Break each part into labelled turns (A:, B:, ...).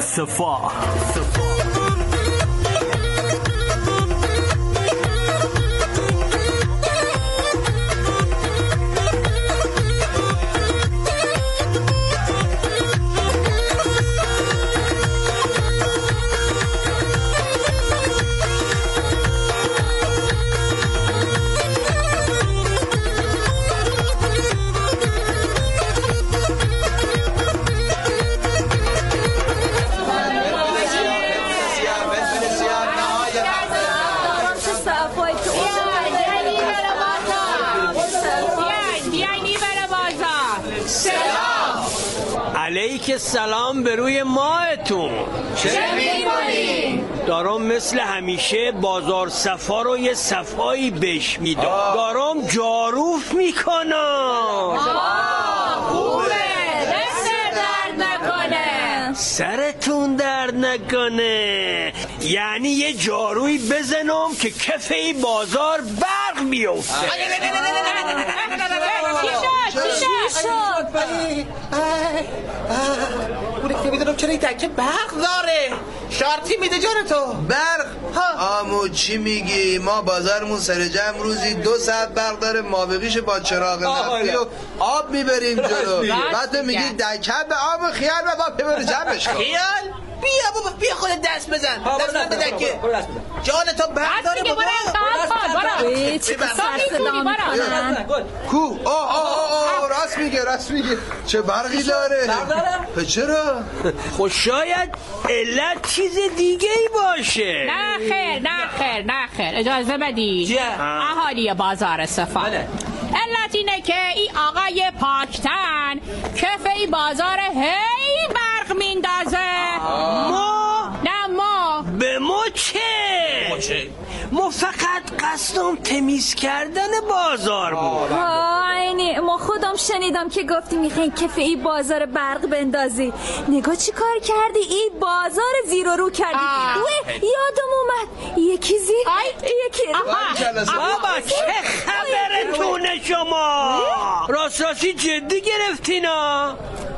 A: صفا علیک سلام به روی ماهتون
B: چه میکنی؟
A: دارم مثل همیشه بازار صفا رو یه صفایی بش میدم
B: آه.
A: دارم جاروف میکنم
B: خوبه.
C: دست درد نکنه
A: سرتون درد نکنه یعنی یه جارویی بزنم که کف این بازار برق بیفته
C: چی شد چی شد
D: ولی اونه که نمیدونم چرا این دکه برق داره شارتی میده جان تو
B: برق
D: ها.
B: آمو چی میگی ما بازارمون سر جمع روزی دو ساعت برق داره ما بقیش با چراغ نفتی
D: آره.
B: و آب میبریم جلو
D: میگه.
B: بعد تو میگی دکه به آب خیال و با ببر جمعش کن
D: خیال بیا بابا بیا خود دست بزن دست بزن به دکه جان تو برق داره
C: دیگه
D: بابا
C: برو امتحان کن برو
E: ای، چه
D: ببر.
E: سر صدا می‌کنن.
B: کو آه آه آه, آه راست میگه راست میگه چه برقی داره به چرا
A: خب شاید علت چیز دیگه ای باشه
C: نه خیر نه خیر نه خیر اجازه بدی
F: چیه؟
C: اهالی بازار صفا
F: بله.
C: علت اینه که این آقای پاکتن کف این بازار هی برق میندازه
A: ما
C: نه ما
A: به ما چه ما فقط قصدم تمیز کردن بازار بود
E: آینی ما خودم شنیدم که گفتی میخواین کف ای بازار برق بندازی نگاه چی کار کردی ای بازار زیر و رو کردی
C: آه.
E: وه یادم اومد یکی زیر
C: آی.
E: یکی
C: آها.
B: باریکلا،
A: بابا چه خبرتونه شما راست راستی جدی گرفتینا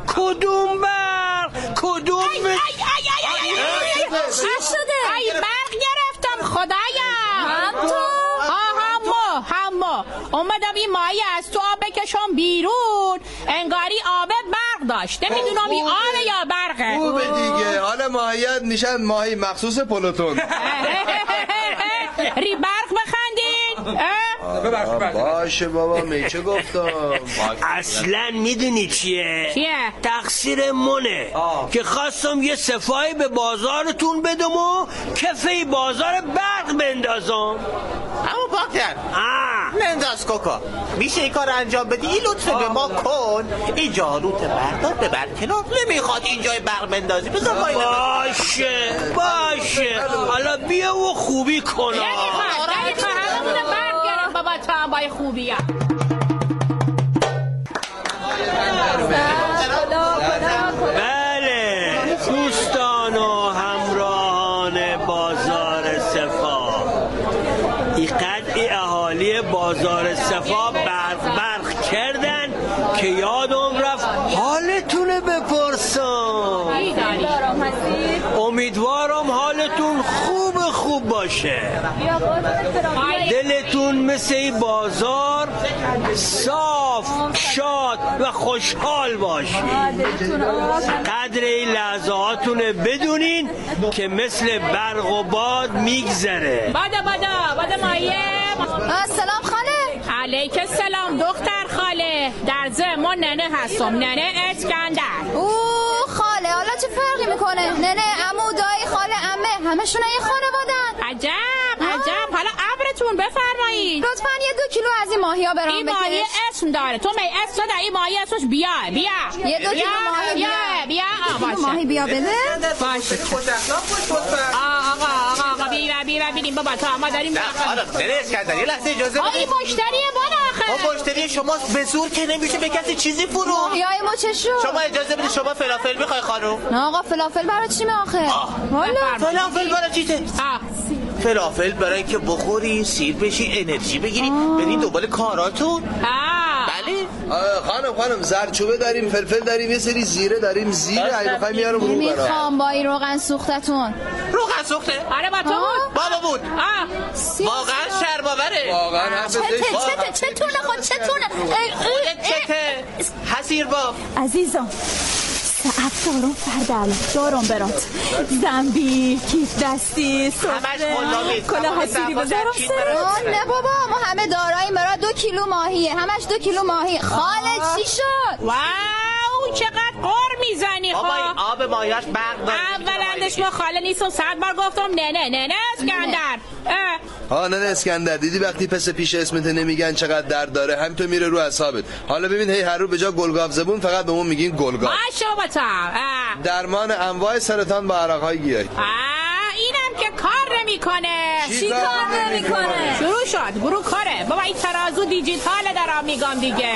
A: کدوم برق کدوم
C: ای ای
A: به-
C: ای ای ای
E: چی شده
C: ای برق گرفتم خدایا
E: هم تو؟
C: آه همو همو اومدم این مایه از تو آب بکشم بیرون انگاری آبه برق داشت نمیدونم این آبه یا برقه
B: خوبه دیگه حالا ماهیت میشن ماهی مخصوص پلوتون
C: ری برق بخندین اه؟
B: باشه بابا می چه گفتم
A: اصلا میدونی چیه
C: چیه؟
A: تقصیر منه
F: آه.
A: که خواستم یه صفایی به بازارتون بدم و کفه بازار برق بندازم
D: اما باکتن
A: آه.
D: ننداز کوکا میشه این کار انجام بدی این لطف به ما کن این جاروت بردار ببر کنار نمیخواد اینجای برق بندازی بذار با اینو
A: باشه باشه حالا بیا و خوبی کن آه.
C: دقیقا دقیقا هممونه برق گرفت بابا تو هم بای خوبی هم.
A: بله دوستان و همراهان بازار صفا این قطع اهالی بازار صفا برق برق کردن که یادم رفت حالتونه بپرسم
C: چی داری؟
A: امیدوارم حالتون خوب خوب باشه
C: آی،
A: دلتون مثل این بازار صاف شاد و خوشحال باشید قدر این لحظه هاتونه بدونین که مثل برق و باد میگذره
C: بادا بادا بادا مایه
E: آه، سلام خاله
C: علیک السلام دختر خاله در ضمن ما ننه هستم ننه اسکندر
E: او خاله حالا چه فرقی میکنه ننه امو دایی خاله امه همشون یه خانوادن
C: عجب عجب حالا ابرتون بفرمایید
E: لطفا یه دو کیلو از این ماهیا برام
C: این ماهی اسم داره تو می اسم داره این ماهی اسمش بیا بیا
E: یه دو
C: بیا،
E: کیلو ماهی
C: بیا
E: بیا.
C: بیا آ، باشه.
E: بیا بده
C: آ، آقا آقا آقا بیا بیا ببینیم بابا تا ما داریم
D: آره نره اسکندر یه لحظه اجازه
C: آ، این
D: بده
C: مشتری بالا
D: ما
C: آخه
D: مشتری شماست به زور که نمیشه به کسی چیزی فروخت
E: ماهیای ما چه شد
D: شما اجازه بده شما فلافل میخوای خانم
E: نه آقا فلافل برای چی آخه
C: بفرمایید.
D: فلافل برای چیته
C: آ،
D: فلافل برای اینکه بخوری سیر بشی انرژی بگیری بری دنبال کاراتون
C: آ.
D: بله
B: آه، خانم خانم زرچوبه داریم فلفل داریم یه سری زیره داریم زیره اگه بخوایم میارم رو برام
F: میخوام با این روغن سوختتون
D: روغن سوخته
C: آره با تو بود
D: بابا بود
C: آه
F: سی-
D: واقعا شرماوره
B: واقعا حرف
F: چته
B: زشت.
F: چته چتونه خود چتونه اه، اه، اه.
D: چته حسیر باف
E: عزیزم ساعت دارم فردل دارم برات زنبیل کیف دستی سفره
D: قلابی.
E: کلاه حسیری
D: سواد
E: بذارم
D: چین
E: سر
F: آه، نه بابا ما همه دارایی مرا دو کیلو ماهیه همش دو کیلو ماهی خاله چی شد
C: واو چقدر قر میزنی
D: بابا این آب
C: خب
D: مایاش برق داره
C: اولا ما خاله نیست و صد بار گفتم نه نه نه نه اسکندر اه،
B: آه نه نه، اسکندر دیدی وقتی پس پیش اسمت نمیگن چقدر درد داره هم تو میره رو اعصابت حالا ببین هی هر رو به جا گلگاف زبون فقط به اون میگین گلگاف
C: باشه بابا تا اه.
B: درمان انواع سرطان با عرق های گیاهی
C: آه، اینم که کار نمیکنه
E: چی کار نمیکنه
C: شروع شد گروه کاره بابا این ترازو دیجیتاله دارم میگم دیگه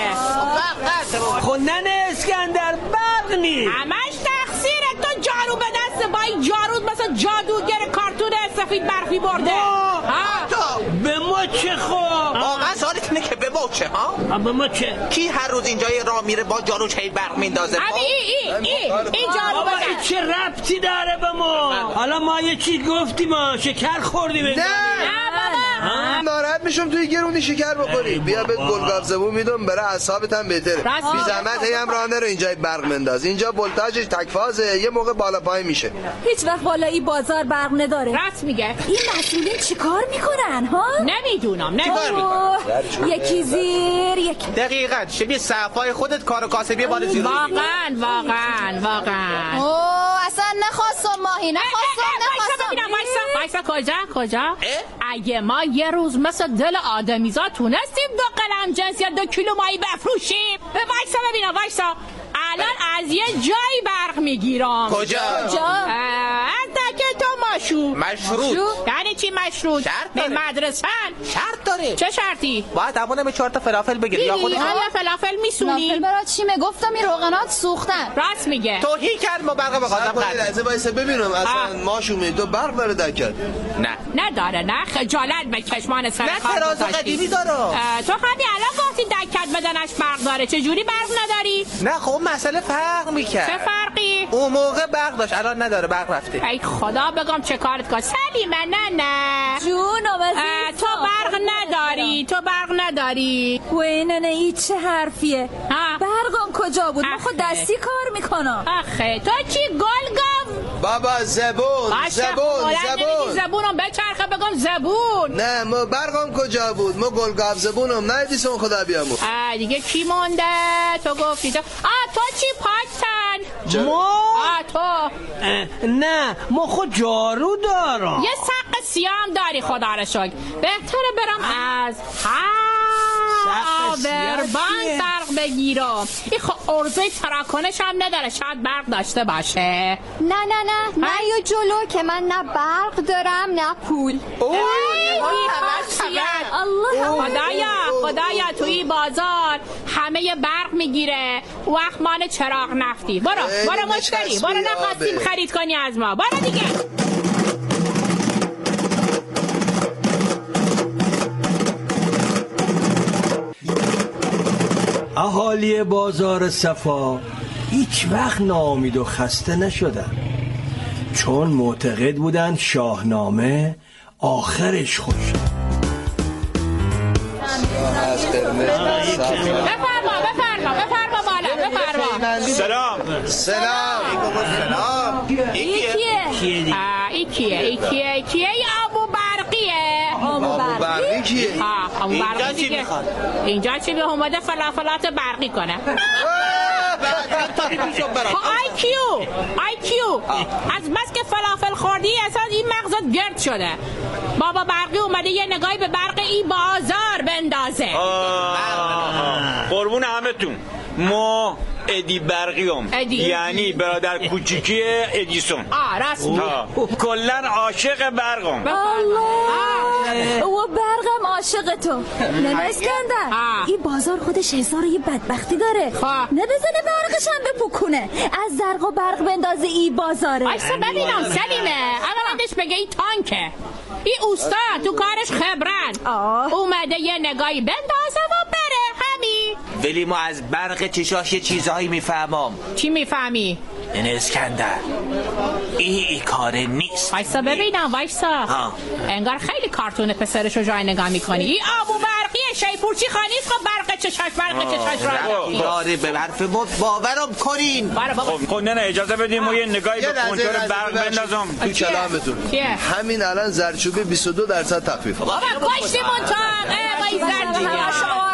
A: خب نه نه اسکندر برق نی
C: همش تقصیر تو جارو به دست با این جارو مثل جادوگر کارتون سفید برفی برده
A: آه،
C: ها
D: تا
A: به ما چه خوب
D: واقعا سوالت اینه که به ما چه ها
A: به ما چه
D: کی هر روز اینجا یه راه میره با جارو چه برق میندازه خب؟
C: ابی ای ای ای این جارو
A: بابا این
C: بزن
A: چه ربطی داره به ما حالا ما یه چی گفتیم ما شکر خوردیم
B: نه
C: نه بابا
B: من ناراحت میشم توی گرونی شکر بخوری بیا بهت گلگاف زبون میدم برای اعصابت هم بهتره
C: راست
B: بی
C: میگه.
B: زحمت هی هم رانه رو اینجا برق منداز اینجا ولتاژش تکفازه یه موقع بالا پای میشه
E: هیچ وقت بالا این بازار برق نداره
C: راست میگه
E: این مسئولین چیکار میکنن ها
C: نمیدونم
D: کار
C: نمیدونم
D: می‌کنی؟
E: اوه، یکی زیر یکی
D: دقیقا شبیه صفای خودت کار و کاسبی بال زیرو
C: واقعا واقعا واقعا
F: اوه اصلا نخواستم ماهی
C: اه، اه، اه،
F: نخواستم
C: وایسا
F: نخواستم
C: ببینم، وایسا، وایسا کجا کجا
D: اه؟
C: اگه ما یه روز مثل دل آدمیزا تونستیم دو قلم جنس یا دو کیلو مایی بفروشیم اه، وایسا ببینم وایسا الان از یه جایی برق میگیرم
D: کجا
F: جا
C: از دکه تا ماشو
D: مشروط
C: یعنی چی مشروط
D: شرط
C: به
D: داره.
C: مدرسه
D: شرط داره
C: چه شرطی
D: باید همونم چهار تا فلافل بگیری یا خودت
C: آیا فلافل
F: نافل
C: میسونی
F: برا چی گفتم این روغنات سوختن
C: راست میگه
D: توهی کرد ما برق
B: سب
D: بخواستم
B: کنید،
D: قطع
B: لحظه وایسه ببینم
C: آه.
B: اصلا ماشومه تو برق داره دکر
D: نه
C: نداره نه خجالت به کشمان سر
D: نه،
C: کار
D: تراز
C: گذاشتی.
D: قدیمی داره.
C: اه، تو همین الان گفتی دکت بدنش برق داره چجوری برق نداری
D: نه خب اون مسئله فرق میکرد
C: چه فرقی
D: اون موقع برق داشت الان نداره برق رفته
C: ای خدا بگم چه کارت کن سلیمه نه نه
E: جونم
C: اه،
E: عزیزم
C: تو برق نداری تو برق نداری
E: وای نه نه این چه حرفیه
C: ها.
E: برقم کجا بود من
C: آخه.
E: خود دستی کار میکنم
C: آخه تو چی گلگم
B: بابا زبون
C: باشه
B: زبون
C: زبون
B: زبون
C: زبونم بچرخه بگم زبون
B: نه ما برقم کجا بود ما گلگاف زبونم نه دیسون خدا بیامو
C: آه، دیگه کی مونده تو گفتی تو آه تو چی پاکتن
A: ما
C: آه تو
A: اه، نه ما خود جارو دارم
C: یه سق سیام داری خدا رو شکر بهتره برم از
A: سقف سیاه
C: هاوربانک
A: چیه؟
C: برق بگیرم این خب ارزه تراکنش هم نداره شاید برق داشته باشه
F: نه نه نه نه جلو که من نه برق دارم نه پول
C: اوه
E: الله
C: خب خدایا خدایا تو این بازار همه یه برق میگیره وقت مان چراغ نفتی برو
B: خیلی
C: برو مشتری
B: نشستی
C: برو نخواستیم
B: آبه.
C: خرید کنی از ما برو دیگه
A: اهالی بازار صفا هیچ وقت ناامید و خسته نشدن چون معتقد بودن شاهنامه آخرش خوش
B: از قرمز سبز.
C: بفرما بفرما بفرما بالا بفرما
D: سلام
B: سلام
D: سلام یکیه
E: یکیه
C: آه، ای کیه ای کیه ای کیه ای آبو برقیه
E: آبو
B: آبو
E: برق
B: برقی کیه
C: آه، آبو
D: اینجا
C: برقی
D: چی
C: دیگه.
D: میخواد؟
C: اینجا چی به اومده فلافلات برقی کنه خب آی کیو آی کیو از بس که فلافل خوردی اصلا این مغزت گرد شده بابا برقی اومده یه نگاهی به برق این بازار بندازه
G: آه. قربون همتون ما ادی برقیوم
C: ادی.
G: یعنی برادر کوچیکی ادیسون
C: آه راست میگه.
G: آه. کلا عاشق برقم
C: بفرما. آه،
E: الله او برقم عاشق تو نه نه اسکندر
C: آه.
E: این بازار خودش هزار و یه بدبختی داره
C: خب.
E: نه بزنه برقش هم بپکونه از زرق و برق بندازه ای بازاره
C: وایسا
G: یعنی
C: ببینم سلیمه اولا بهش بگه این تانکه این اوستا تو کارش خبرن
E: آه.
C: اومده یه نگاهی بندازه و بره همین
D: ولی ما از برق چشاش یه چیزهایی میفهمم
C: چی میفهمی؟
D: این اسکندر این ای کاره نیست
C: وایسا ببینم وایسا
D: ها.
C: انگار خیلی کارتون پسرش رو جای نگاه میکنی این آبو برقی شیپورچی خانی است خب برق چشاش برق چشاش
D: ربطی
C: را
D: داره به حرف ما باورم کنین
C: برا بابا
G: خب خب نه نه اجازه بدیم ما یه نگاهی
B: یه
G: به
B: لحظه،
G: کنترل
B: لحظه،
G: برق
B: ببخشید.
G: بندازم
B: تو کلامتون
C: چیه؟
B: همین الان زرچوبه 22 درصد تخفیف
C: بابا کشتمون تو هم اه، وای
E: همش
C: زرجی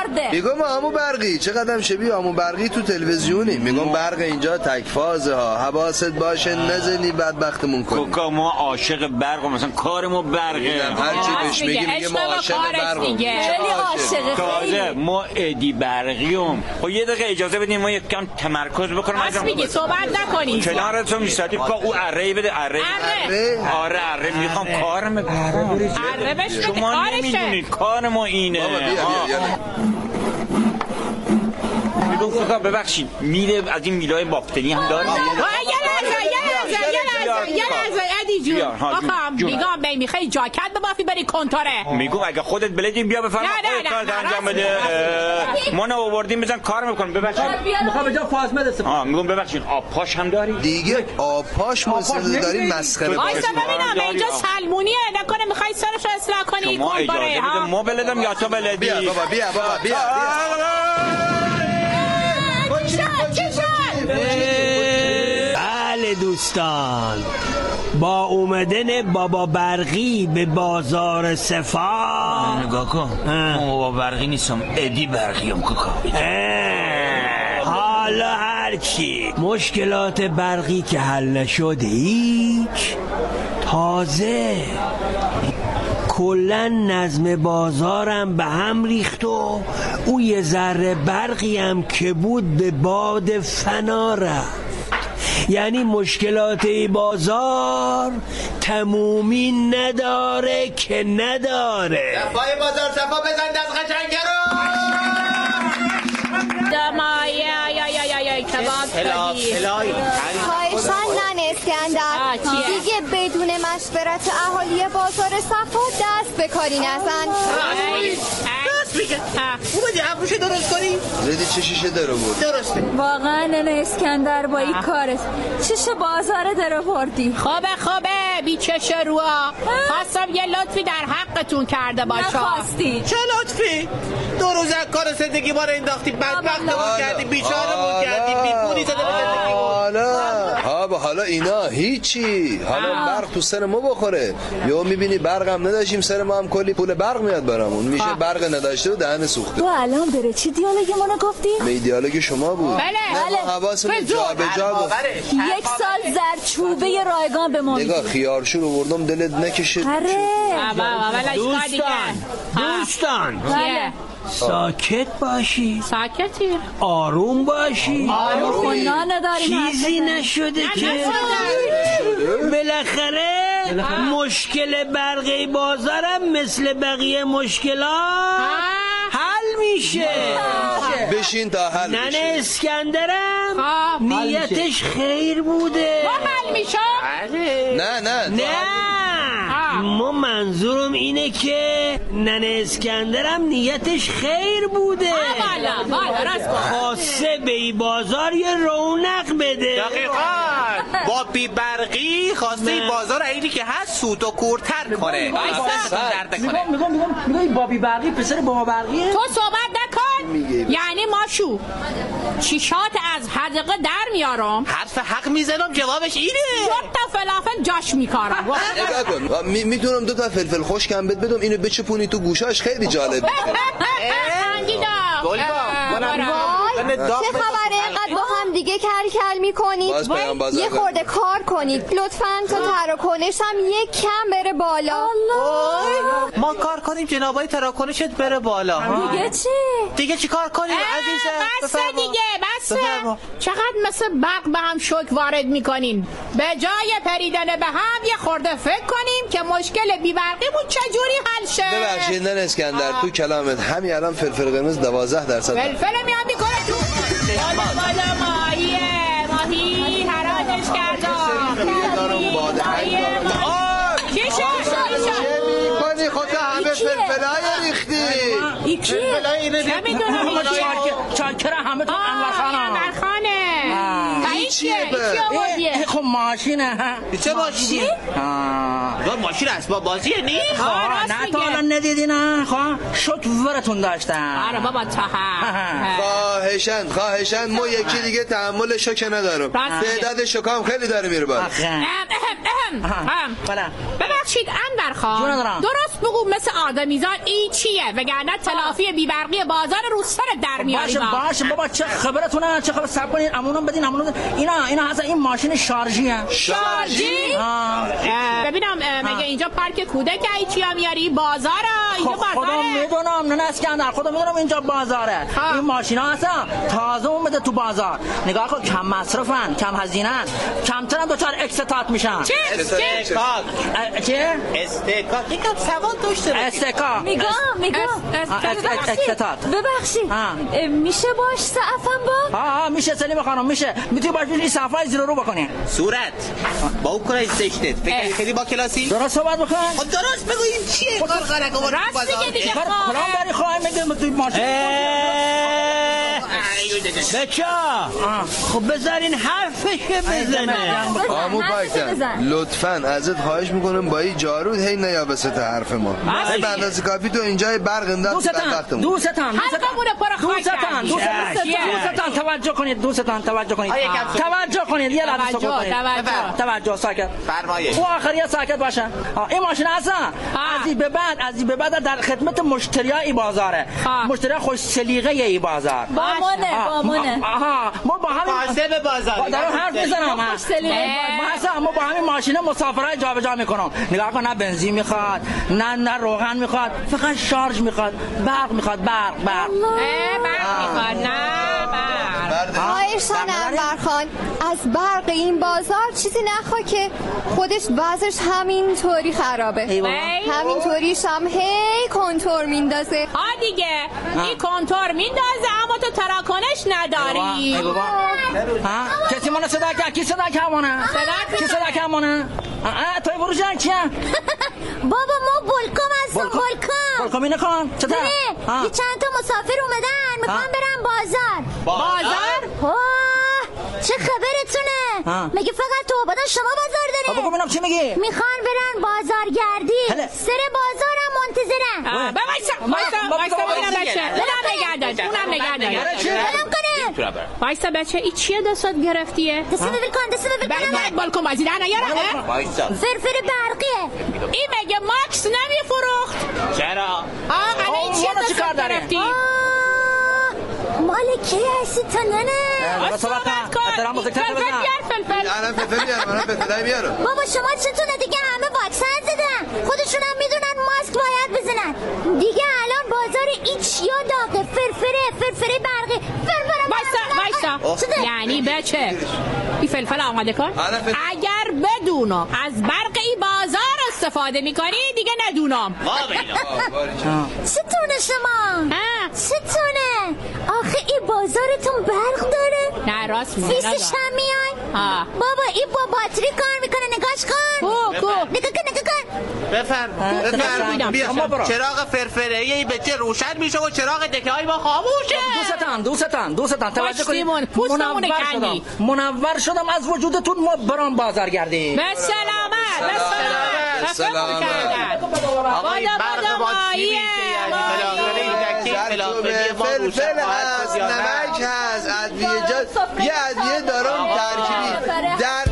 E: آرده
B: میگم همون برقی چقدر شبیه همون برقی تو تلویزیونی میگم برق اینجا تکفازه ها حواست باشه نزنی بدبختمون کنی
G: کوکا ما عاشق برق مثلا کار ما برقه
B: میگم هر چی بهش
C: میگه،
B: میگی میگه ما
C: عشق و
B: عاشق
C: کارت
B: برقم
C: دیگه.
B: چه
E: خیلی
B: عاشق.
E: عاشقه
G: تازه
E: خیلی
G: ما ادی برقیم خب یه دقیقه اجازه بدیم ما یک کم تمرکز بکنم
C: بس
G: عزیزم.
C: میگی صحبت نکنی
G: کنارتون میستادی با او اره بده اره
C: اره
B: ره.
G: آره اره میخوام کارم
C: اره بهش بده
G: شما
C: کارشه
G: نمیدونید کار ما
B: بابا
G: اینه
B: بیا، بیا،
G: آه.
B: بیا.
G: میگم کوکا ببخشید میله از این میلای بافتنی هم داره
C: آه، یه لحظه یه لحظه یه لحظه یه لحظه ادی جون
G: بیار، ها، جون،
C: آقا
G: جون.
C: میگم بی میخوای جاکت ببافی بری کنتاره
G: میگم اگه خودت بلدی بیا بفرما
C: نه، نه،
G: خودت
C: نه،
G: کارت
C: نه،
G: انجام
C: راست
G: بده
C: میگی.
G: اه، ما نه آوردیم بزن کار میکنم ببخشید
A: میخوام به جا فاطمه دست
G: آه میگم ببخشید آب پاش هم داری
B: دیگه آبپاش مسئله داری مسخره باش
C: وایسا ببینم
G: داری،
C: اینجا
G: آقا.
C: سلمونیه نکنه میخوای سرش رو اصلاح کنی
G: شما اجازه
C: کنباره
G: بده
C: ها
G: ما بلدم یا تو بلدی
B: بیا بابا بیا بابا بیا بیا.
A: بله دوستان با اومدن بابا برقی به بازار سفا
D: نگاه کن
A: ما
D: با برقی نیستم ادی برقیم کوکا
A: اه، حالا هرچی مشکلات برقی که حل نشد هیچ تازه کلا نظم بازارم به هم ریخت و او یه ذره برقی هم که بود به باد فنا رفت یعنی مشکلات بازار تمومی نداره که نداره
D: پای بازار صفا بزن دست قشنگه
C: دمای یا یا یا یا یا کباب
D: رو
C: دادی.
F: خواهشان نن
C: آه،
F: اسکندر
C: چیه؟
F: دیگه بدون مشورت اهالی بازار صفا دست به کاری نزن
C: ای، ای. آه.
D: اومدی ابروشو درست کنی
B: دیدی چه شیشه داره بود
D: درسته
E: واقعا ننه اسکندر با این کارت چش بازار در آوردی
C: خوبه خوبه بی چش روا خواستم یه لطفی در حقتون کرده باشم
E: نخواستی
D: چه لطفی دو روز از کار زندگی ما رو انداختی بدبختمون کردی بیچارمون کردی بیگونی زده به زندگی
B: حالا ها با حالا اینا هیچی حالا برق تو سر ما بخوره یا میبینی برقم نداشتیم سر ما هم کلی پول برق میاد برامون میشه برق نداشته و دهن سوخته
E: تو الان بره چی دیالوگ منو گفتی؟
B: به ایدیالوگ شما بود
C: بله،
B: نه، ما
C: بله.
B: حواسمون جا به جا گفت
E: یک سال زرچوبه رایگان به ما
B: نگاه
E: میدی
B: خیارشور آوردم دلت نکشه
E: آره بله.
C: آه، بابا، بابا، اشکال دیگه.
A: دوستان
C: آه.
A: دوستان
C: چیه؟
A: ساکت باشی
C: ساکتی
A: آروم باشی
E: خنا نداریم
A: چیزی نشده که بالاخره مشکل برقی بازارم مثل بقیه مشکلات حل میشه
B: بشین تا حل
A: ننه
B: بشه
A: اسکندرم
C: آه،
A: نیتش خیر بوده
C: حل میشم
B: نه نه
A: نه
C: آه.
A: ما منظورم اینه که ننه اسکندرم نیتش خیر بوده
C: بالا بالا بله، راست کن
A: خاصه به ای بازار یه رونق بده
D: دقیقا با بی برقی خواسته این بازار اینی که هست سوت و کورتر کنه
C: وایسا.
D: دستتون درد کنه
A: میگم میگم میگم این بابی برقی پسر بابا برقیه
C: تو صحبت نکن یعنی ماشو چیشات از حدقه در میارم
D: حرف حق میزنم جوابش اینه
C: دو تا فلافل جاش میکارم
B: نگاه کن می- میتونم دو تا فلفل خشک هم بد بدم اینو بچپونی تو گوشاش خیلی جالب
D: گلبا
F: وای
D: داغ
F: چه خبره اینقدر با هم دیگه کرکل میکنید
B: باز پیام بازار
F: یه
B: داریم.
F: خورده کار کنید لطفا تا تراکنش هم یک کم بره بالا
D: ما کار کنیم جنابای تراکنشت بره بالا
E: دیگه چی؟
D: دیگه چی کار کنیم عزیزم
C: بسه
D: بفرما.
C: دیگه بسه
D: بفرما.
C: چقدر مثل برق به هم شک وارد میکنین به جای پریدن به هم یه خورده فکر کنیم که مشکل بیبرقیمون چجوری حل شه
B: ببخشید نن اسکندر تو کلامت همین الان فلفل قرمز 12 درصد
C: فلفل میام میکنه تو بالا بالا ماهیه ماهی حراجش
B: دارم باد هنگ دارم.
C: کردم
B: آه،
C: کیشه
B: چه میکنی خودت همه
E: یکیه.
B: فلفلای ریختی
E: این کیه؟
D: بلایی اینه.
C: نمیدونم
A: چاکت
H: خب ماشینه ها
D: چه ماشین؟
H: آه.
D: انگار ماشین اسباب بازیه نی؟
C: آه،
H: آه،
C: راست
H: نه
C: میگه.
H: تا الان ندیدین ها خواه شکورتون داشتم
C: آره بابا تا هم
B: خواهشن خواهشن ما یکی دیگه تحمل شوکه ندارم
C: راست میگه.
B: تعداد شوکام خیلی داره میره بالا
H: آخه.
C: اهم، اهم، اهم، اهم.
H: بله.
C: ببخشید اندر
H: جون
C: خان
H: دارم.
C: درست بگو مثل آدمیزاد این چیه وگرنه تلافی بیبرقی بازار رو سرت در میاری
H: باشه
C: با.
H: باشه بابا چه خبرتونه چه خبر سب کنین امونم بدین امونم بدین. اینا اینا هست این ماشین شارژی ها
C: شارژی اه، ببینم اه، مگه اینجا پارک کودک ای چیا میاری بازارا اینجا
H: خب، خدا
C: بازاره
H: میدونم نه نه اسکندر خدا میدونم اینجا بازاره
C: آه.
H: این ماشینا هستن تازه اومده تو بازار نگاه کن کم مصرفن کم هزینن کمترم دوچار اکستات میشن
C: چه؟ چه؟
D: استکاک
H: اه، چه
D: استکاک یکم سواد داشته باشی.
H: استکا
E: میگم میگم
C: اس-
H: آه، اک- اک- اکتتات.
E: ببخشید
H: آه.
E: اه، میشه باش سعفم با
H: آه آه میشه سلیم خانم میشه میتونی باش این صفحه زیر رو بکنی
D: صورت با اون کنه استشنت فکر
C: اه. خب،
D: کنی خیلی با کلاسی؟
H: درست صحبت بکن
D: خب درست بگو این چیه کار خرک آورد تو
C: راست
D: بازار؟
C: میگه دیگه
H: بر
C: خب، خواهر.
H: کلام بری خواهی میگه تو ماشین
A: بچه خب بذارین حرفش بزنه
B: آمو پاکتن لطفا ازت خواهش میکنم با این جارود هی نیا وسط حرف ما هی به اندازه کافی تو اینجا برق انداز
H: دوستان
B: بدبختمون
H: دوستان
C: حلقمونه پر خاک
H: دوستان
C: کردی.
H: دوستان
C: چیه؟
H: دوستان توجه کنید دوستان توجه کنید
D: آه، یکم سکوت.
H: توجه کنید یه لحظه
C: توجه،
H: سکوت کنید
C: توجه.
H: توجه ساکت
D: فرمایش.
H: او آخری ها ساکت باشه آه، این ماشین هستن از این به بعد از این به بعد در خدمت مشتری این بازاره
C: آه.
H: مشتری خوش سلیقه این بازار
E: بامونه
H: آه،
E: بامونه
H: ما- آها ما با همین
D: قاسم بازار
H: با- دارم حرف میزنم
E: خوش سلیقه
C: اه.
H: ما اصلا ما با همین ماشین مسافرای جابجا میکنم نگاه کن نه بنزین میخواد نه نه روغن میخواد فقط شارژ میخواد برق میخواد برق برق
C: اه، برق میخواد نه برق
F: خواهش انور خان از برق این بازار چیزی نخوا که خودش وضعش همینطوری خرابه
H: ای بابا.
C: ای.
F: همینطوری هم هی کنتور میندازه
C: ها دیگه این کنتور میندازه اما تو تراکنش نداری
H: ای بابا ها کسی مونه صدا کرد کی صدا کرد مونه
C: صدا
H: کی صدا کرد مونه آه توی برو جان کیه
E: بابا ما بلکم هستم
H: بلکم.
E: بلکم
H: بلکم اینه خب کن چطور
E: بله
H: آه.
E: یه چند تا مسافر اومدن میخوان
H: آه.
E: برن بازار
C: بازار
E: آه چه خبرتونه
H: آه.
E: مگه فقط تو آبادان شما بازار
H: آه، خب بله. بگو ببینم
E: داره
H: چی میگی
E: میخوان برن بازارگردی
H: هله.
E: سر بازارم منتظرن
C: آه، وایسا
H: بابا،
C: وایسا وایسا
H: بابا،
C: ببینم
D: بابا،
C: بچه
D: بابا،
C: اونم نگه داشت اونم نگه
H: برای
C: داشت
H: چی؟
E: بلم کنه
C: وایسا بچه این چیه دستات گرفتیه
E: دستو ببر کن دستو ببر
C: برق
E: کنم
C: برق بله، بالکن بازی در نیاره اه؟
D: وایسا
E: فرفر برقیه
C: این مگه ماکس نمیفروخت
D: چرا؟
C: آه الان این
H: آه،
C: چیه
H: والا چی کار
C: دستات
H: داره؟
C: گرفتی
E: آه، مال کی هستی تا ننه
C: آه،
H: بابا، صحبت
C: صحبت
H: کن. احترام
C: کن
H: بزرگتر
C: فلفل
H: بزن.
C: بیار، فلفل
B: الان فلفل میارم الان فلفلای میارم
E: بابا شما چتونه دیگه همه واکسن زدن خودشون هم میدونن ماسک باید بزنن دیگه الان بازار این چیا داغه فرفره فرفره برقی فرفره
C: وایسا وایسا یعنی بچه این فلفل آماده کن
B: آره، فلفل.
C: اگر بدونم از برق این بازار استفاده میکنی دیگه ندونم
E: چتونه شما
C: اه،
E: چتونه آخه این بازارتون برق داره
C: نه راست میگه
E: فیسش هم میای
C: آه.
E: بابا این با باتری کار میکنه نگاش کن
C: کو، کو.
E: نگاه کن نگاه کن
D: بفرم
C: بفرم.
D: بفرم
H: شما برو.
D: بیا چراغ فرفره یه بچه روشن میشه و چراغ دکه های ما خاموشه
H: دوستان دوستان دوستان توجه کنید
C: پشتیمون، پوستمون
H: منور
C: کندی.
H: شدم منور شدم از وجودتون ما برام بازار گردی
C: به سلامت به سلامت
B: سلامت.
C: تفکر کردن.
D: آقا این
C: بادا،
D: برق
C: بادا،
D: ما چی
C: ماهیه،
D: میشه یعنی؟
C: ماهیه.
D: فلافل این دکه، فلافل ما
B: فلفل
D: روشن خواهد بود
B: هست
D: یا نه؟
B: نمک هست ادویه جات یه ادویه دارم ترکیبی در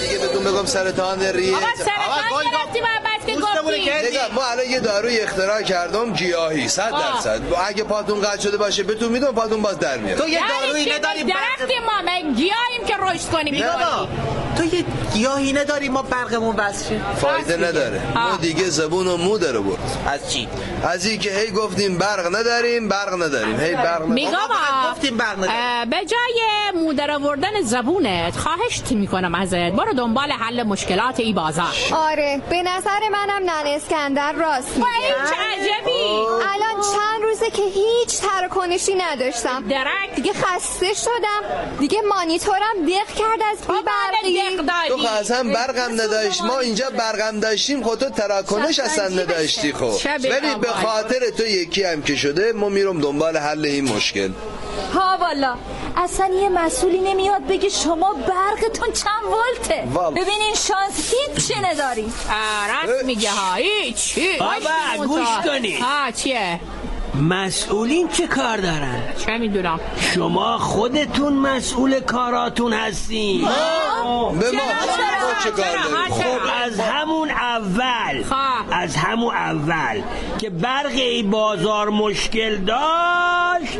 B: دیگه بدون بگم سرطان ریه
C: آقا
D: آقا،
C: سرطان
D: گل
C: گرفتی و بس که
D: دوستمون
C: گفتی
D: که-
B: نگاه ما الان یه داروی اختراع کردم گیاهی صد درصد اگه پاتون قطع شده باشه بهتون میدم پاتون باز در میاد
D: تو یه
C: یعنی
D: دارویی
C: چی؟
D: نداری برق
C: درختی ما من گیاهیم که رشد کنیم
D: نه بابا، تو یه گیاهی نداری ما برقمون بس شه.
B: فایده نداره ما
C: آه.
B: دیگه زبون و مو داره برد
D: از چی
B: از این که هی گفتیم برق نداریم برق نداریم هی برق نداریم
C: میگم آه،
D: گفتیم برق نداریم.
C: اه، به جای مودر آوردن زبونت خواهش میکنم ازت برو دنبال حل مشکلات ای بازار
F: آره به نظر منم نن اسکندر راست
C: با
F: میگه.
C: این چه عجبی
F: الان چند روزه که هیچ تراکنشی نداشتم
C: درک
F: خب، دیگه خسته شدم دیگه مانیتورم دق کرد از بی
C: بابا،
F: برقی
C: مقداری
B: تو خب از هم برقم نداشت ما اینجا برقم داشتیم خود تو تراکنش
C: شب
B: اصلا
C: سنجی
B: نداشتی
C: بشه.
B: خب
C: شب
B: ولی به
C: آقا.
B: خاطر تو یکی هم که شده ما میرم دنبال حل این مشکل
E: ها والا اصلا یه مسئولی نمیاد بگه شما برقتون چند ولته
B: والت.
E: ببینین شانس هیچی نداری
C: آه، راست میگه ها هیچ هیچ.
A: بابا،
C: هیچ نمون
A: گوش
C: تا.
A: کنید.
C: آه چیه
A: مسئولین چه کار دارن؟
C: چه میدونم
A: شما خودتون مسئول کاراتون هستین
B: به ما
C: چرا؟
B: ما چه کار
C: چرا؟
B: داریم؟
C: ها، چرا؟
A: خب از همون اول
C: خب.
A: از همون اول که برق این بازار مشکل داشت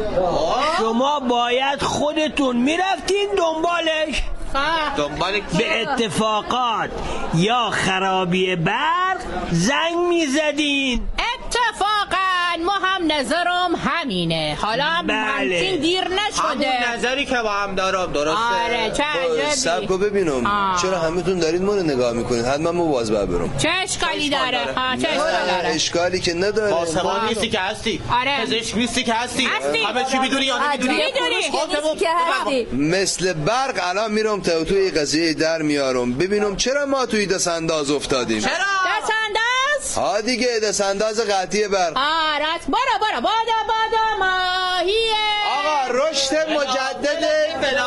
A: شما باید خودتون میرفتین دنبالش
C: آه.
D: دنبال
A: به اتفاقات یا خرابی برق زنگ میزدین
C: اتفاقا ما هم نظرم همینه حالا
A: بله.
C: همچین دیر
D: همون
C: نشده
D: نظری که با هم دارم درسته
C: آره چه
B: سب
C: عجبی
B: خب، ببینم
C: آه.
B: چرا همتون دارید ما رو نگاه میکنید حتما ما باز باید برم
C: چه اشکالی داره
D: داره.
C: آه، چه اشکالی
B: نه،
C: داره
B: اشکالی که نداره
D: پاسبان نیستی که هستی
C: آره.
D: پزشک نیستی که هستی
C: هستی.
D: همه چی میدونی یا نمیدونی
E: عجب
C: می‌دونی.
E: فروش
D: آه، تمام.
E: نیستی که هستی
B: مثل برق الان میرم تا توی قضیه در میارم ببینم چرا ما توی دست انداز افتادیم
C: دست انداز
B: ها دیگه دست انداز قطعی برق
C: آرات برو برو بادا بادا ماهیه
B: آقا رشد مجدد
D: بلا.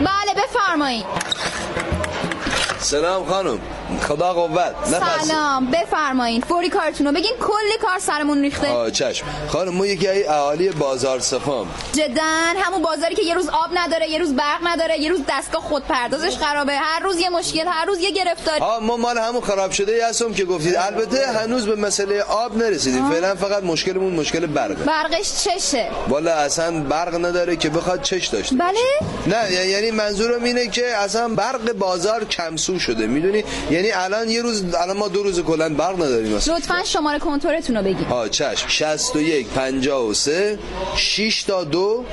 F: بله بفرمایید
B: سلام خانم خدا قوت نفس
F: سلام بفرمایید فوری کارتون رو بگین کلی کار سرمون ریخته
B: آه چشم خانم ما یکی از اهالی بازار صفام
F: جدا همون بازاری که یه روز آب نداره یه روز برق نداره یه روز دستگاه خودپردازش خرابه هر روز یه مشکل هر روز یه گرفتاری
B: ها ما مال همون خراب شده ای هستم که گفتید البته هنوز به مسئله آب نرسیدیم فعلا فقط مشکلمون مشکل برقه
F: برقش چشه
B: والا اصلا برق نداره که بخواد چش داشته
F: بله؟
B: باشه. نه ی- یعنی منظورم اینه که اصلا برق بازار کمسو شده میدونی یعنی الان یه روز الان ما دو روز کلا برق نداریم اصلا
F: لطفا شماره کنتورتون رو بگین
B: ها چشم 61 53 6 تا 2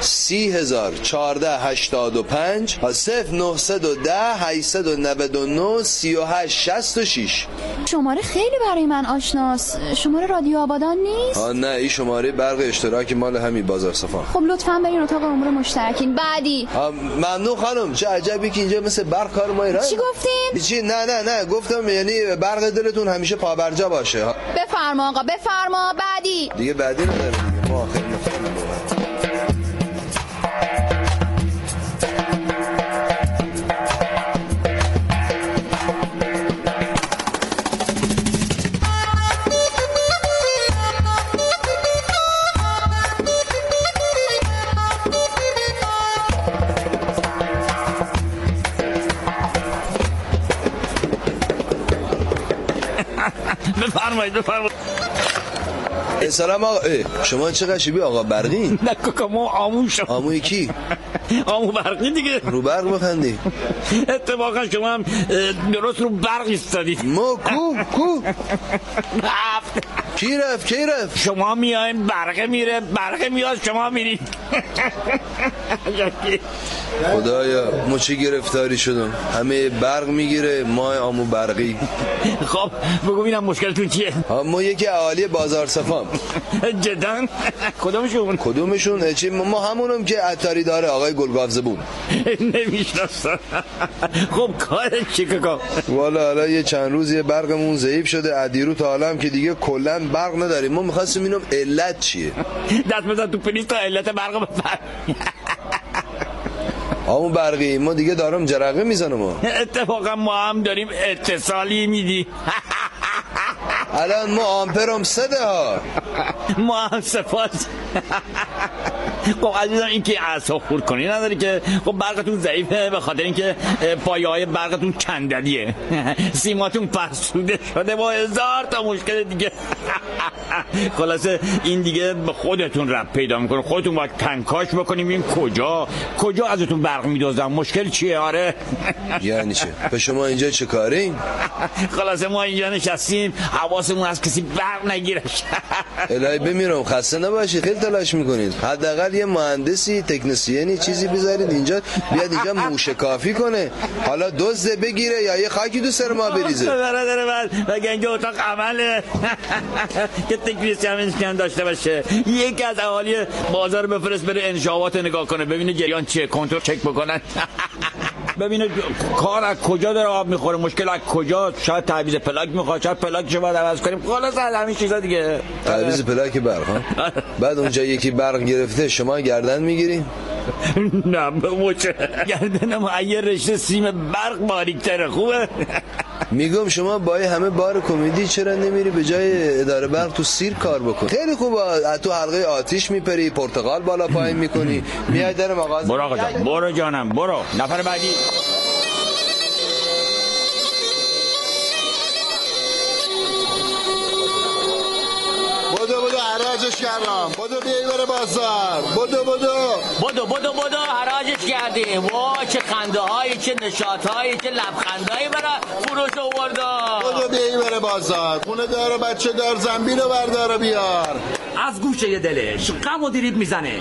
B: سی هزار چارده هشتاد و پنج ها صف نهصد و ده هیصد و نود و نو سی و هشت شست و شیش
F: شماره آره، خیلی برای من آشناست شماره رادیو آبادان نیست
B: ها نه این شماره برق اشتراک مال همین بازار صفان
F: خب لطفا برین اتاق امور مشترکین بعدی
B: ها، ممنون خانم چه عجبی که اینجا مثل برق کار ما ایران
F: چی گفتین؟
B: چی نه نه نه گفتم یعنی برق دلتون همیشه پابرجا باشه ها،
F: بفرما آقا بفرما بعدی
B: دیگه بعدی نداره دیگه. ما آخر نفریم واقعا.
G: بفرمایید بفرمایید
B: اه، سلام آقا اه، شما چه قشیبی آقا برقین
G: نکو ما آمون شما
B: آموی کی
G: آمون برقی دیگه
B: رو برق بخندی
G: اتفاقا شما هم اه، درست رو برق ایستادید
B: ما کو کو
G: هفت.
B: کی رفت کی رفت
G: شما میایم برقه میره برقه میاد شما میرید
B: خدایا ما چه گرفتاری شدم همه برق میگیره ما آمو برقی
G: خب بگو ببینم مشکلتون چیه
B: ها ما یکی اهالی بازار صفام
G: جدا کدومشون
B: کدومشون اه، چی ما همونم که عطاری داره آقای گلگاوزه بود
G: نمیشناسم خب کار چیکار
B: والا حالا یه چند روز یه برقمون ضعیف شده ادیرو تا حالا هم که دیگه کلا برق نداریم ما میخواستیم اینم علت چیه
G: دست بزن تو پلیس تا علت برق بفهم
B: آمو برقی ما دیگه دارم جرقه میزنه ما
G: اتفاقا ما هم داریم اتصالی میدی
B: الان ما آمپرم سده ها
G: ما هم سفارش خب عزیزم این که اعصاب خورد کنی نداری که خب برقتون ضعیفه به خاطر اینکه پایه های برقتون چندلیه سیماتون فرسوده شده با هزار تا مشکل دیگه خلاصه این دیگه به خودتون رب پیدا میکنه خودتون باید کنکاش بکنیم این کجا کجا ازتون برق میدوزم مشکل چیه آره
B: یعنی چه به شما اینجا چه کارین
G: خلاصه ما اینجا نشستیم حواسمون از کسی برق نگیرش
B: الهی بمیرم خسته نباشید خیلی تلاش میکنید حداقل یه مهندسی تکنسیانی چیزی بذارید اینجا بیاد اینجا موشه کافی کنه حالا دزده بگیره یا یه خاکی تو سر ما بریزه
G: برادر من مگه اینجا اتاق عمله که تکریسی هم میتونن داشته باشه یکی از اهالی بازار بفرست بره انشاوات نگاه کنه ببینه جریان چیه کنترل چک بکنن ببینه کار از کجا داره آب میخوره مشکل از کجا شاید تعویض پلاک میخواد شاید پلاکشو باید عوض کنیم خلاص از همین چیزا دیگه
B: تعویض پلاک برق ها بعد اونجا یکی برق گرفته شما گردن میگیری
G: نه مچ گردنم از یه رشته سیم برق باریکتره خوبه
B: میگم شما با این همه بار کمدی چرا نمیری به جای اداره برق تو سیر کار بکن خیلی خوب تو حلقه آتیش میپری پرتقال بالا پایین میکنی میای در مغازه
G: برو آقا جان برو جانم برو نفر بعدی
I: بدو بدو عراجش کردم بدو بیای بره بازار بدو بدو
J: بدو بدو بدو حراجش کردیم وا چه خنده هایی چه نشاط هایی چه لبخنده هایی برای فروش آوردم
I: بدو بیای بره بازار خونه دار و بچه دار زنبیل و بردار و بیار
H: از گوشه دلش غم و دیریب میزنه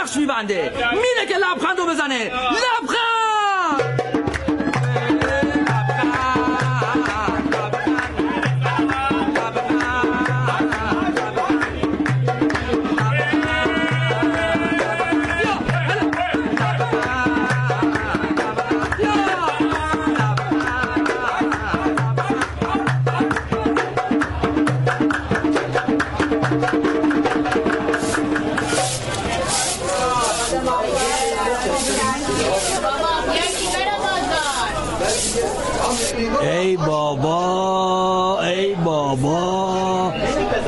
H: نقش میبنده میره که لبخند رو بزنه لبخند
A: ای بابا ای بابا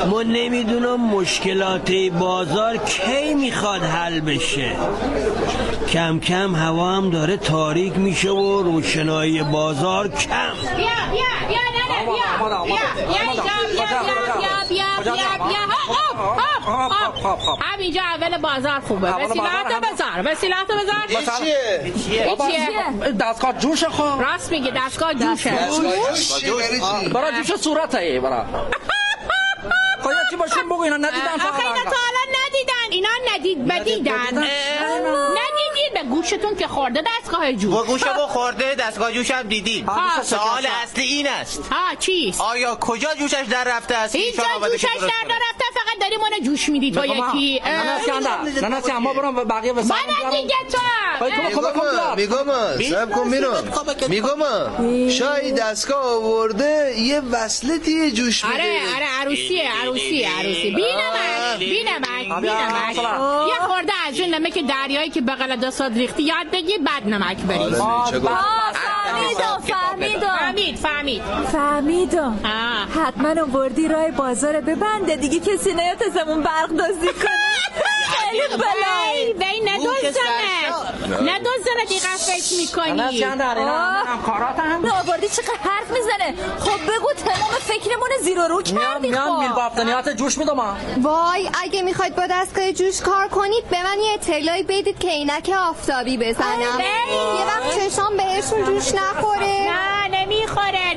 A: ما نمیدونم مشکلات بازار کی میخواد حل بشه کم کم هوا هم داره تاریک میشه و روشنایی بازار کم
C: بیا بیا بیا ننه بیا بیا بیا اینجا بیا بیا بیا بیا بیا هاپ، هاپ، هاپ، هاپ، هاپ. همینجا اول بازار خوبه
H: اول بازار
C: وسیلتو
H: همون.
C: بزار وسیلتو
H: خب،
C: بزار
B: چیه؟
H: بابا
C: چیه؟
H: دستگاه جوش خو
C: راست میگه دستگاه جوشه
B: چی؟ برای چی؟
H: برا جوش صورت ای برا خواهی چی باشیم بگو اینا ندیدم
C: آخه اینا تا حالا ندیدن اینا ندید بدیدن
H: بدیدن.
C: اه، ندیدید به گوشتون که خورده دستگاه
D: با
C: جوش
D: گوشه با خورده دستگاه جوش هم دیدیم
H: آه،
D: سوال
H: جوش هم.
D: اصلی این است
C: ها چیست
D: آیا کجا جوشش در رفته است
C: اینجا
D: ایشان آمده که
C: جوشش
D: درست
C: در
D: کنه.
C: نرفته فقط داری منو جوش میدی تو یکی اه،
H: نه اسکندر نه نه اسکندر برام بقیه به سر
C: بلد دیگه تو Eh,
H: خب،
B: میگم میگم سب کن میرم میگم شاید دستگاه آورده یه وصلتی جوش میده
C: آره آره عروسیه عروسیه عروسی بینمک بینمک بینمک
H: آه.
C: یه خورده از اون نمک دریایی که بغل دو ساد ریختی یاد بگی بد نمک بری
B: آره چه گفت؟
E: آه فهمیدم فهمیدم
C: فهمید فهمید
K: فهمیدم
C: آه.
K: حتما وردی رای بازار ببنده دیگه کسی نیاد ازمون برق دازی کنه خیلی
C: وی
K: بلایی
C: وی ندوزنت ندوزنت این فکر
H: نه
C: میکنی
H: اسکندر اینا
K: آه.
H: همکارات هم
K: نه آوردی چقدر حرف میزنه خب بگو تمام فکرمون زیر و رو
H: میان
K: کردی
H: میان میل
K: خب
H: بافتنیات جوش میدم
F: وای اگه میخواید با دستگاه جوش کار کنید به من یه اطلاعی بدید که عینک آفتابی بزنم
C: آره.
F: یه وقت چشام بهشون جوش نخوره
C: نه نمیخوره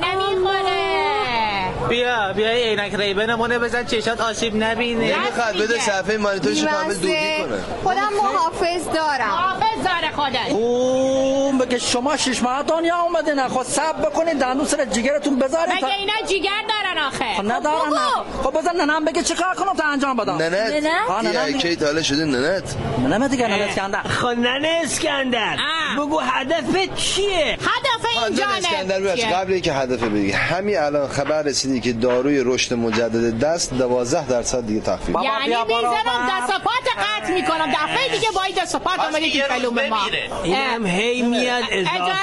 C: نمیخوره
D: بیا بیا این عینک ریبنمونه بزن چشات آسیب نبینه
B: نمیخواد خب، بده صفحه مانیتورش کامل دودی
F: بی‌مزه.
B: کنه
F: خودم محافظ دارم
C: حافظ داره خودت
H: اون بگه شما شش ماه دنیا اومده نه خود سب بکنید دندون سر جگرتون بذارید
C: مگه اینا جیگر دارن
H: خب
C: آخه
H: ندارم نه خب بزن ننم بگه چیکار کنم تا انجام بدم
B: ننت
H: آه، ننت
B: یه
H: میگه.
B: اکی تاله شده ننت
H: ننم دیگه ننم اسکندر
A: خانن اسکندر
C: آه.
A: بگو هدفت چیه
C: هدف اینجا
B: خانم اسکندر ببخشید،
C: نه
B: قبل اینکه هدف بگی همین الان خبر رسیدی که داروی رشد مجدد دست 12 درصد دیگه تخفیف
H: بابا
C: یعنی
H: بیا برو
C: میذارم
H: بر.
C: دست و پات قطع میکنم دفعه دیگه با این دست و پات آمدی که کلوم به ما
D: بمیره.
A: اینم
C: اه.
A: هی میاد اضافه
C: اجازه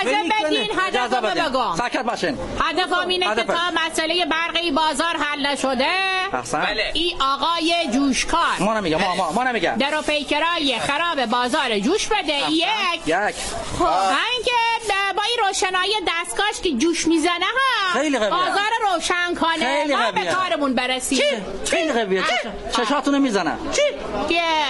C: بدین
A: میکنه
H: اجازه
C: هدفمو
H: بدین
C: بگم
H: سکت باشین خب،
C: هدفم اینه که
H: هدف.
C: تا مسئله برق این بازار حل نشده
H: احسن. بله.
C: این آقای جوشکار
H: ما نمیگم ما ما ما نمیگم
C: در و پیکرای خراب بازار جوش بده یک
H: یک
C: همین که با این روشنایی دستگاهش که جوش میزنه ها
H: خیلی قویه.
C: بازار روشن کنه
H: خیلی
C: ما به
H: قویه.
C: کارمون برسیم
H: خیلی قویه چشاتونو میزنه
C: که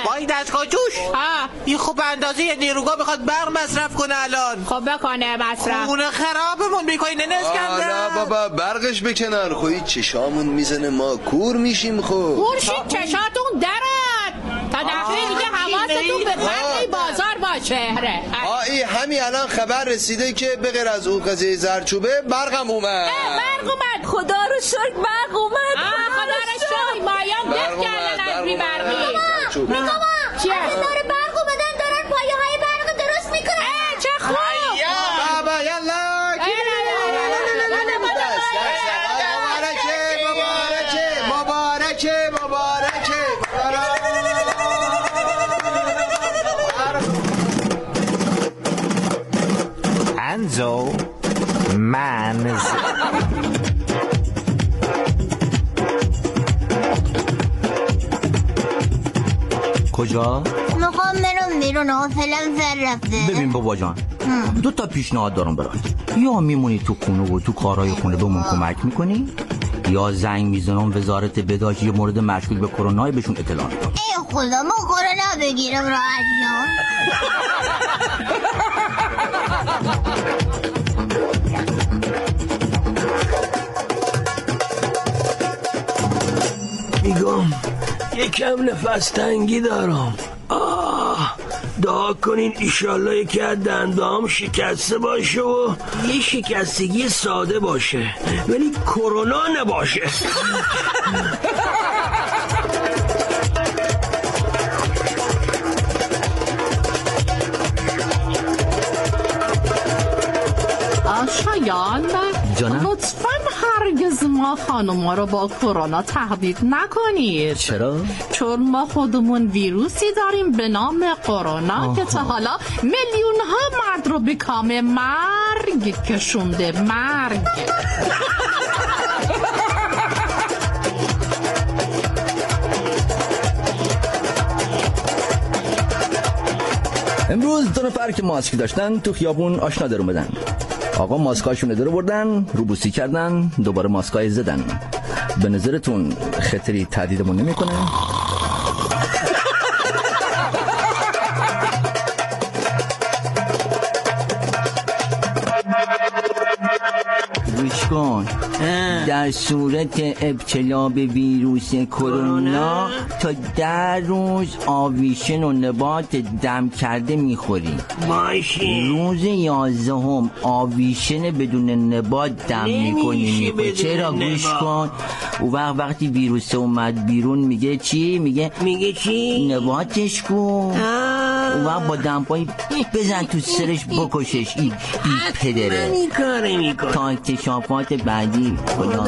D: با این دستگاه جوش
C: ها
D: این خوب به اندازه یه نیروگاه میخواد برق مصرف کنه الان
C: خب بکنه مصرف
D: خونه خرابمون میکنی نه
B: آلا
D: اسکندر
B: بابا برقش به کنار خویی چشامون میزنه ما کور میشیم خب
C: خورشید چشاتون درد تا دفعه دیگه حواستون به فرق این بازار باشه آره.
B: آه ای همین الان خبر رسیده که به غیر از اون قضیه زرچوبه برقم اومد
C: برق اومد
K: خدا رو شکر برق اومد
C: آه، خدا رو شکر مایان
E: بابا
L: چیه؟
E: از دار برق اومدن دارن پایه های برق درست میکنن
L: چه خوب
B: بابا یلا مبارکه مبارکه مبارکه مبارکه
M: انزو من
N: کجا؟
E: میخوام برم بیرون حوصلم سر رفته
N: ببین بابا جان دو تا پیشنهاد دارم برات یا میمونی تو خونه و تو کارهای خونه بهمون کمک میکنی یا زنگ میزنم وزارت بداش یه مورد مشکول به کرونا بهشون اطلاع میدم
E: ای خدا ما کرونا بگیرم راحت جان
A: میگم یکم نفس تنگی دارم آه دعا کنین ایشالله یکی از دندام شکسته باشه و یه شکستگی ساده باشه ولی کرونا نباشه
C: شایان
N: جانم؟
C: لطفا هرگز ما خانوما رو با کرونا تهدید نکنید
N: چرا؟
C: چون ما خودمون ویروسی داریم به نام کرونا
N: آها.
C: که تا حالا میلیون ها مرد رو به کام مرگ کشونده مرگ
N: امروز دو نفر که ماسک داشتن تو خیابون آشنا در اومدن آقا ماسکاشون رو بردن روبوسی کردن دوباره ماسکای زدن به نظرتون خطری تهدیدمون نمیکنه گوش کن در صورت ابتلا به ویروس کرونا تا ده روز آویشن و نبات دم کرده میخوری
A: ماشی
N: روز یازدهم آویشن بدون نبات دم
A: نمیشه
N: میکنی
A: بدون
N: چرا گوش کن
A: نبات.
N: او وقت وقتی ویروس اومد بیرون میگه چی میگه
A: میگه چی
N: نباتش کن او وقت با دمپایی بزن تو سرش بکشش این بی پدره
A: این کاره میکنه
N: تا اکتشافات بعدی خدا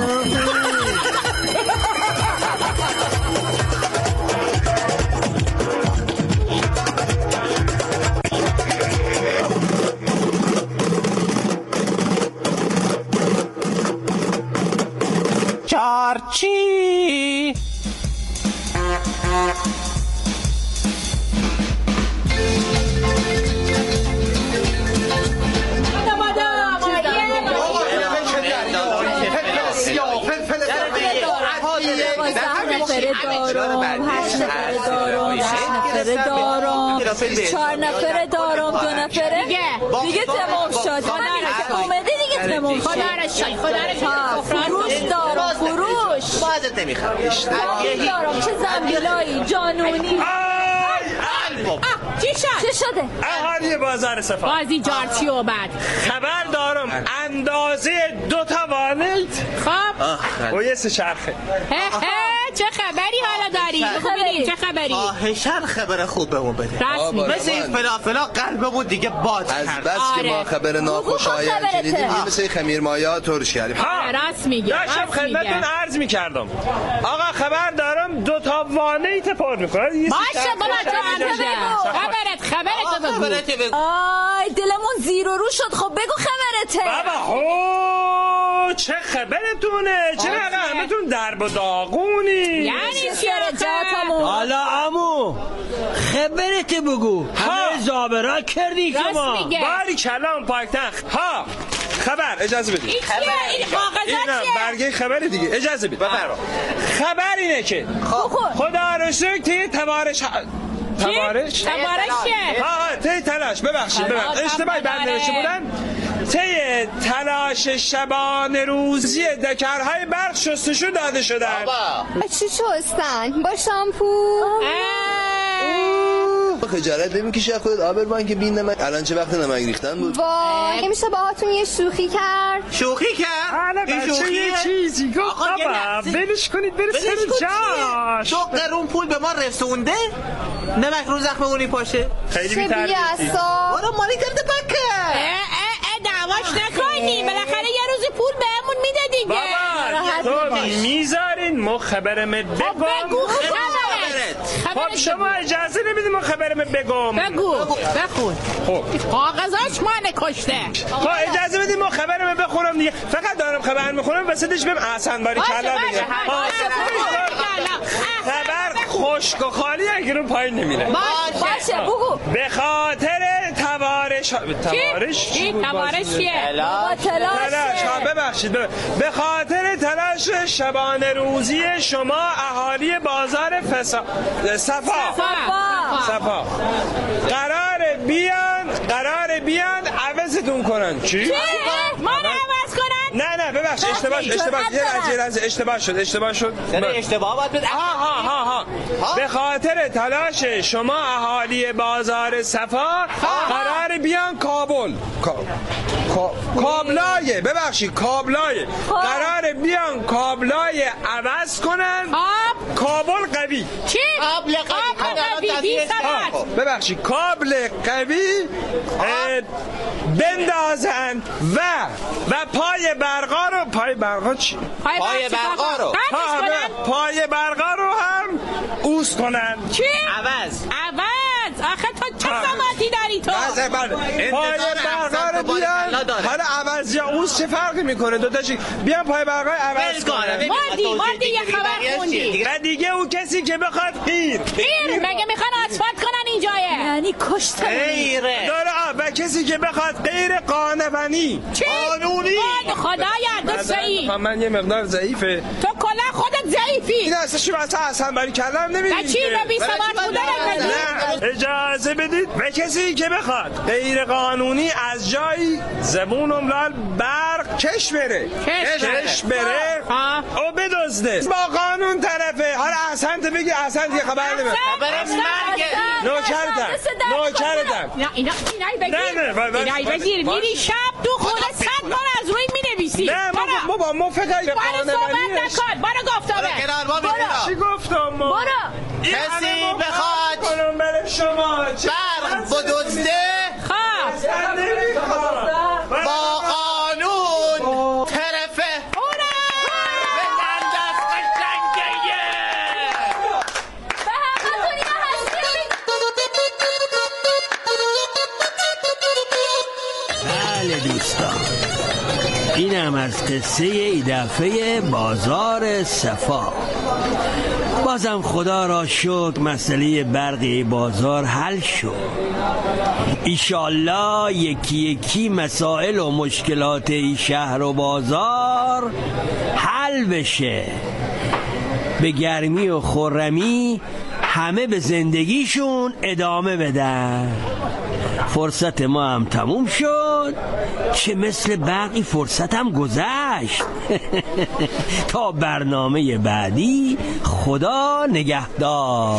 D: چارچی
K: چهار نفره دارم دو نفره دیگه تمام شد همینه که اومده دیگه تمام شد
L: خدا را شکر، خدا را شکر.
K: ها، فروش دارم فروش
D: بازت نمیخوام
K: فروش دارم چه زنبیلایی جانونی
L: خب. چی شد؟
K: چه شده؟
O: اهالی بازار صفا
L: بازی جارچی و بعد
O: خبر دارم اندازه دو تا وانیت
L: خب
O: و یه سه شرخه
L: هه هه، چه خبری حالا داری؟
C: خب
L: بگو ببینیم چه خبری؟
D: خواهشن خبر خوب بهمون بده
L: راست میگی.
D: مثل این فلافلا قلبمون دیگه باد
B: از
D: کرد
B: بس که ما خبر ناخوش آینج
L: خبرته.
B: دیدیم یه مثل خمیر مایا ترش کردیم
O: ها
L: راست میگه
O: داشتم خدمتتون عرض میکردم آقا خبر دارم دو تا وانیت پر میکنه
L: باشه بابا تو هم بگو. خبرت خبرت رو بگو
K: آی دلمون زیر و رو شد خب بگو خبرته
O: بابا هو چه خبرتونه چرا آقا همتون درب و داغونی
A: یعنی
K: چی آخه؟ جاتمون.
A: حالا امو خبرت بگو همه زابرا کردی که ما
O: باری کلام پایتخت ها خبر اجازه بدید
A: این چیه؟ این کاغذات
O: اینا
A: چیه؟
O: برگه خبر دیگه اجازه
L: بله.
O: بدید خبر اینه که
L: خب.
O: خدا رو شکر تی تبارش
L: تبارش
O: تبارش
L: چیه؟
O: آه آه، تی تلاش ببخشید
L: خدا
O: ببخشید اشتباهی بله، بند نوشته
L: تبارک.
O: بودم تی تلاش شبانه روزی دکرهای برق شستشو داده شدن
F: چی شستن با شامپو
B: خجالت بمیکشی از خودت آبرمان که بین نمک الان چه وقت نمک ریختن بود
F: وای نمیشه باهاتون یه شوخی کرد
D: شوخی کرد
O: حالا بله، بچه یه چیزی گفت بابا ولش کنید بره سر جاش
D: تو قرون پول به ما رسونده نمک رو زخممونی پاشه
O: خیلی
F: چه
D: بی‌تربیتی.
F: بی‌عصا.
D: برو مالی کرده بکه
C: دعواش نکنی بالاخره یه روز پول بهمون میده دیگه
O: بابا
C: راحت
O: تو
C: باش.
O: میذارین ما خبرمه
C: خب،
O: بگم
C: بگو خبرت.
O: خب
C: خبرت
O: شما اجازه نمیدین ما خبرمه بگم
C: بگو بخون
O: خب
C: کاغذاش مانه کشته
O: خب اجازه بدین ما خبرمه بخونم دیگه فقط دارم خبر میخونم وسطش بهم احسن باری
C: باشه،
O: کلا خب.
C: باشه،
O: دیگه
C: باشه،
O: آه،
C: باشه،
O: خبر- خبر خشک و خالی اگه رو پایین نمیره
C: باشه. باشه، بگو.
O: به خاطر توارش توارش
C: چی؟
O: بود؟
C: توارش چیه؟ بابا،
O: تلاش
C: تلاشه.
O: تلاش ها، ببخشید ببخشید. به خاطر تلاش شبانه روزی شما اهالی بازار فسا... صفا
K: صفا.
O: صفا قرار بیان قرار بیان عوضتون کنن چی؟
C: ما رو عوض کنن
O: نه نه ببخش اشتباه شد، اشتباه شد. یه لحظه، یه لحظه اشتباه شد اشتباه شد
J: اشتباه باید بده.
O: ها ها ها ها به خاطر تلاش شما اهالی بازار صفا قرار بیان کابل کا- کا- کابلایه ببخشید کابلایه قرار بیان کابلای عوض کنن خب. کابل قوی
C: چی؟ قابل قوی بی سبت
D: خب.
O: آه، ببخشید کابل قوی اه، بندازن و و پای برقا رو پای برقا چی؟
C: پای پای برقا چی؟ برقا رو. قطعش
O: آه،
C: کنن؟
O: ببخش، پای برقا رو هم اوس کنن
C: چی؟
O: عوض
C: عوض آخه تو چه سمتی داری تو؟
O: بله بله پای
D: انتظار
O: برقا
D: احسن
O: رو
D: تو باری
O: بیان
D: کلا داره.
O: حالا عوض یا اوس چه فرقی میکنه دوتا چی بیان پای برقا عوض
D: ول کن.
O: کنن
C: مردی مردی یه خبر خوندی
O: و دیگه او کسی که بخواد این
C: خیر مگه میخوان آسفالت کنن اینجایه یعنی کشتن
O: داره آه، و کسی که بخواد غیر قانونی
C: چی؟
O: قانونی
C: وای، خدایا، دو سعی.
O: من- من یه مقدار ضعیفه
C: تو کلا خودت ضعیفی
O: این اصلا شما اصلا اصلا برای کلم نمیدونی
C: و چی
O: که. بله.
C: رو بی سواد
O: برای چی
C: بودن
O: من-
C: مگه؟
O: نه اجازه بدید به کسی که بخواد غیر قانونی از جایی زبون املال برق کش بره
C: کش بره.
O: کش بره او بدزده با قانون طرفه حالا احسن تو بگی احسن دیگه خبر نمیده
C: خبر مرگه.
O: نوکرتم نوکرتم
C: نه اینا اینایی
O: نه، نه،
C: بگیر
O: بله،
C: اینایی
O: بله،
C: بگیر
O: باشه.
C: میری شب تو خونه صد بار از روی مینویسی
O: نه ما
C: برو.
O: بابا ما فکر به
C: برو
O: قانون
C: صحبت نکن برو گفتمه
D: برو کنار، ما
O: چی
D: برو.
O: گفتم ما
C: برو.
O: این
D: کسی
O: همه ما
D: بخواد.
O: کار کنم برای شما چه
D: برق
O: کسی
D: بدزده
C: خب
O: اصلا نمیخواد.
D: با قانون طرفه بزن دست جنگه
A: بله دوستان اینم از قصه ای دفعه بازار صفا بازم خدا را شکر مسئله برقی بازار حل شد ایشالله یکی یکی مسائل و مشکلات این شهر و بازار حل بشه به گرمی و خورمی همه به زندگیشون ادامه بدن فرصت ما هم تموم شد چه مثل برقی فرصت هم گذشت تا برنامه بعدی خدا نگهدار